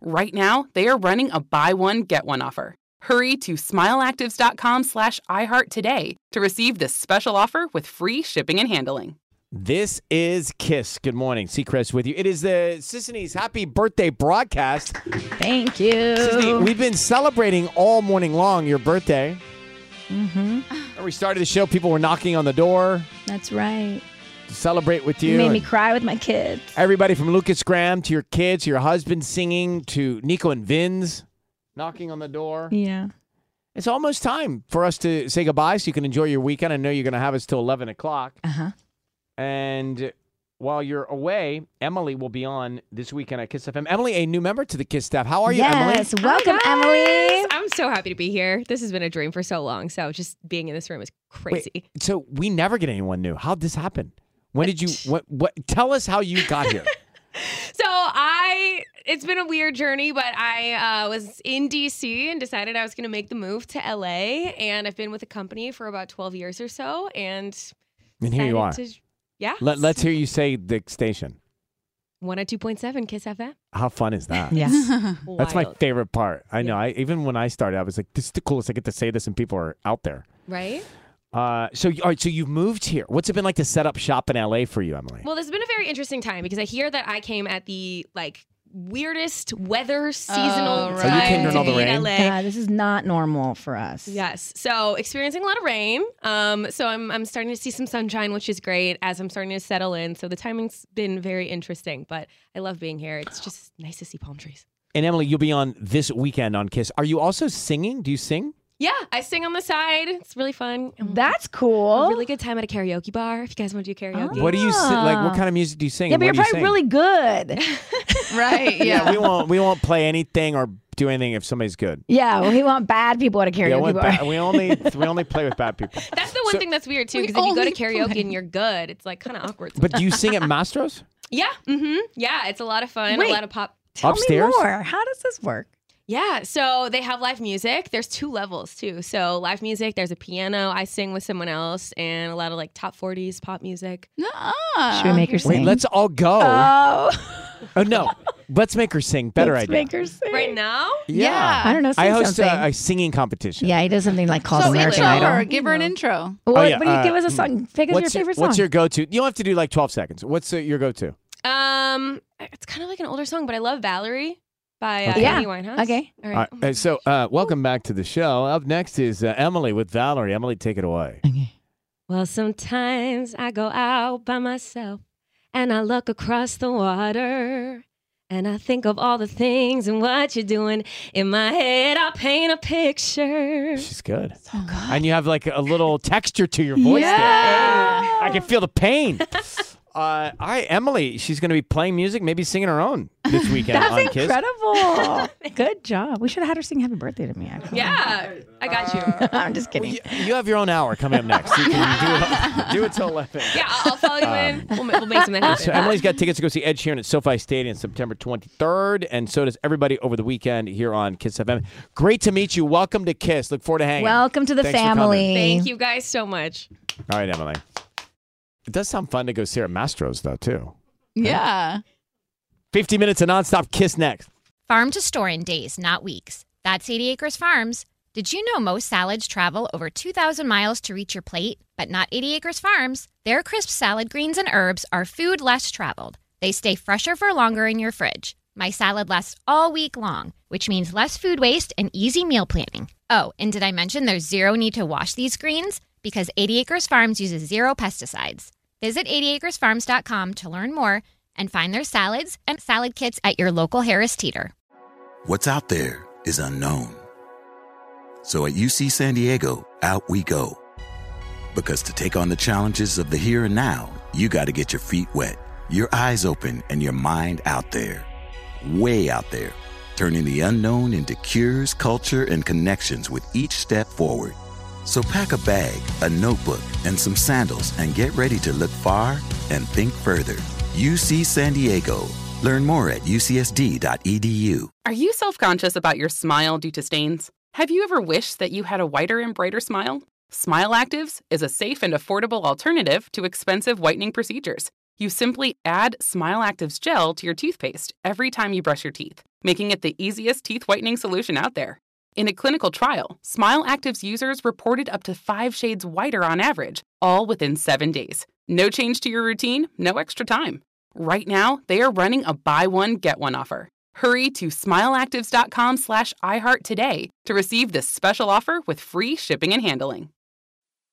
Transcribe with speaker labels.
Speaker 1: Right now, they are running a buy one get one offer. Hurry to smileactives.com/iheart today to receive this special offer with free shipping and handling.
Speaker 2: This is Kiss. Good morning, Seacrest with you. It is the Sisney's happy birthday broadcast.
Speaker 3: Thank you.
Speaker 2: Sisney, we've been celebrating all morning long your birthday.
Speaker 3: Mm-hmm.
Speaker 2: When we started the show, people were knocking on the door
Speaker 3: That's right.
Speaker 2: to celebrate with
Speaker 3: You
Speaker 2: you.
Speaker 3: made me
Speaker 2: and-
Speaker 3: cry with my kids.
Speaker 2: Everybody from Lucas Graham to your kids, your husband singing to Nico and Vins knocking on the door.
Speaker 3: Yeah.
Speaker 2: It's almost time for us to say goodbye so you can enjoy your weekend. I know you're going to have us till 11 o'clock.
Speaker 3: Uh
Speaker 4: Uh-huh.
Speaker 3: huh.
Speaker 2: And while you're away, Emily will be on this weekend at Kiss FM. Emily, a new member to the Kiss staff. How are you,
Speaker 3: yes.
Speaker 2: Emily?
Speaker 3: Welcome, Emily.
Speaker 4: I'm so happy to be here. This has been a dream for so long. So just being in this room is crazy.
Speaker 2: Wait, so we never get anyone new. How'd this happen? When did you, what, what, tell us how you got here.
Speaker 4: So I, it's been a weird journey, but I uh, was in DC and decided I was going to make the move to LA. And I've been with the company for about 12 years or so. And
Speaker 2: and here you are.
Speaker 4: decided to- yeah.
Speaker 2: Let, let's hear you say the station.
Speaker 4: 102.7 Kiss FM.
Speaker 2: How fun is that?
Speaker 3: Yeah.
Speaker 2: That's my
Speaker 4: Wild,
Speaker 2: favorite part. I know. I even when I started, I was like, "This is the coolest." I get to say this, and people are out there.
Speaker 4: Right?
Speaker 2: Uh, so, all right. So you've moved here. What's it been like to set up shop in LA for you, Emily?
Speaker 4: Well, this has been a very interesting time because I hear that I came at the like weirdest weather seasonal
Speaker 3: Oh, right.
Speaker 2: Oh, you came
Speaker 4: time
Speaker 2: during all
Speaker 4: to
Speaker 2: the
Speaker 4: be
Speaker 2: rain?
Speaker 4: in LA.
Speaker 3: God, Uh, this is not normal for us.
Speaker 4: Yes. So experiencing a lot of rain. Um, so I'm I'm starting to see some sunshine, which is great as I'm starting to settle in. So the timing's been very interesting, but I love being here. It's just nice to see palm trees.
Speaker 2: and Emily, you'll be on this weekend on Kiss. Are you also singing? Do you sing?
Speaker 4: Yeah, I sing on the side. It's really fun. Mm.
Speaker 3: That's
Speaker 4: a
Speaker 3: cool.
Speaker 4: really good time at a karaoke bar if you guys want to do karaoke.
Speaker 2: What do you si- like? What
Speaker 3: Ah.
Speaker 2: kind of music do you sing?
Speaker 3: yeah,
Speaker 2: and
Speaker 3: but you're
Speaker 2: what do you sing?
Speaker 3: probably really good.
Speaker 5: Right.
Speaker 2: Yeah, we won't. We won't play anything or do anything if somebody's good.
Speaker 3: Yeah, well, we want bad people at a
Speaker 2: Yeah,
Speaker 3: karaoke
Speaker 2: we,
Speaker 3: bar.
Speaker 2: ba- we only we only play with bad people.
Speaker 4: That's the one
Speaker 2: So-
Speaker 4: thing that's weird too,
Speaker 5: We
Speaker 4: because if you go to
Speaker 5: only
Speaker 4: karaoke
Speaker 5: play.
Speaker 4: and you're good, it's like kind of awkward.
Speaker 2: But do you sing at Mastro's
Speaker 4: yeah, mm-hmm. yeah, it's a lot of fun.
Speaker 3: Wait.
Speaker 4: A lot of pop
Speaker 3: Tell
Speaker 2: upstairs?
Speaker 3: me more. How does this work?
Speaker 4: Yeah, so they have live music. There's two levels too. So live music, there's a piano, I sing with someone else, and a lot of like top 40s pop music.
Speaker 5: Nuh-uh.
Speaker 3: Should we make her sing?
Speaker 2: Wait, let's all go.
Speaker 3: Oh,
Speaker 2: oh no, let's make her sing. Better
Speaker 3: let's
Speaker 2: idea.
Speaker 3: make her sing.
Speaker 4: Right now?
Speaker 5: Yeah.
Speaker 3: I uh, don't know. Sing
Speaker 2: I host
Speaker 3: something.
Speaker 2: a, a singing competition.
Speaker 3: yeah, he does something like called
Speaker 5: so
Speaker 3: American
Speaker 5: intro
Speaker 3: Idol.
Speaker 5: her. Give her an intro.
Speaker 3: What,
Speaker 2: yeah,
Speaker 3: what do you
Speaker 2: uh,
Speaker 3: give us a
Speaker 2: mm.
Speaker 3: song? Pick us your
Speaker 2: What's
Speaker 3: favorite song.
Speaker 2: What's your go-to? You don't have to do like 12 seconds. What's uh, your go-to?
Speaker 4: Um, it's kind of like an older song, but I love Valerie by uh,
Speaker 2: Okay.
Speaker 4: Amy Winehouse.
Speaker 3: Okay.
Speaker 4: All
Speaker 2: All
Speaker 4: right.
Speaker 2: right, uh, so, uh, welcome back to the show. Up next is uh, Emily with Valerie. Emily, take it away.
Speaker 4: Well, sometimes I go out by myself and I look across the water
Speaker 6: And I think of all the things and what you're doing. In my head, I paint a picture.
Speaker 2: She's good. And you have like a little texture to your voice there. I can feel the pain. Uh, I Emily, she's going to be playing music, maybe singing her own this weekend
Speaker 3: That's
Speaker 2: on
Speaker 3: incredible. Good job. We should have had her sing Happy Birthday to me. Actually.
Speaker 6: Yeah, I got you.
Speaker 3: I'm just kidding.
Speaker 2: Kiss. You, you have your own hour coming up next. You can do it, do it till eleven.
Speaker 6: Yeah, I'll I'll follow you in. We'll, ma- we'll make something
Speaker 2: Um, So
Speaker 6: happen.
Speaker 2: Emily's got tickets to go see Ed Sheeran at SoFi Stadium September 23rd, and so does everybody over the weekend here on Kiss FM. Great to meet you. Welcome to Kiss. Look forward to hanging.
Speaker 3: Welcome to the
Speaker 2: Thanks for coming.
Speaker 3: family.
Speaker 6: Thank you guys so much.
Speaker 2: All right, Emily. It does sound fun to go see her at Mastro's though too.
Speaker 7: Yeah.
Speaker 2: 50 minutes of nonstop Kiss next.
Speaker 8: Farm to store in days, not weeks. That's 80 Acres Farms. Did you know most salads travel over 2,000 miles to reach your plate? But not 80 Acres Farms. Their crisp salad greens and herbs are food less traveled. They stay fresher for longer in your fridge. My salad lasts all week long, which means less food waste and easy meal planning. Oh, and did I mention there's zero need to wash these greens? Because 80 Acres Farms uses zero pesticides. Visit 80acresfarms.com to learn more and find their salads and salad kits at your local Harris Teeter.
Speaker 9: What's out there is unknown. So at UC San Diego, out we go. Because to take on the challenges of the here and now, you got to get your feet wet, your eyes open, and your mind out there. Way out there. Turning the unknown into cures, culture, and connections with each step forward. So pack a bag, a notebook, and some sandals and get ready to look far and think further. UC San Diego. Learn more at E ucsd.edu.
Speaker 1: Are you self conscious about your smile due to stains? Have you ever wished that you had a whiter and brighter smile? Smile Actives is a safe and affordable alternative to expensive whitening procedures. You simply add Smile Actives gel to your toothpaste every time you brush your teeth, making it the easiest teeth whitening solution out there. In a clinical trial, Smile Active's users reported up to five shades whiter on average, all within seven days. No change to your routine, no extra time. Right now, they are running a buy one, get one offer. Hurry to smileactives.com slash iHeart today to receive this special offer with free shipping and handling.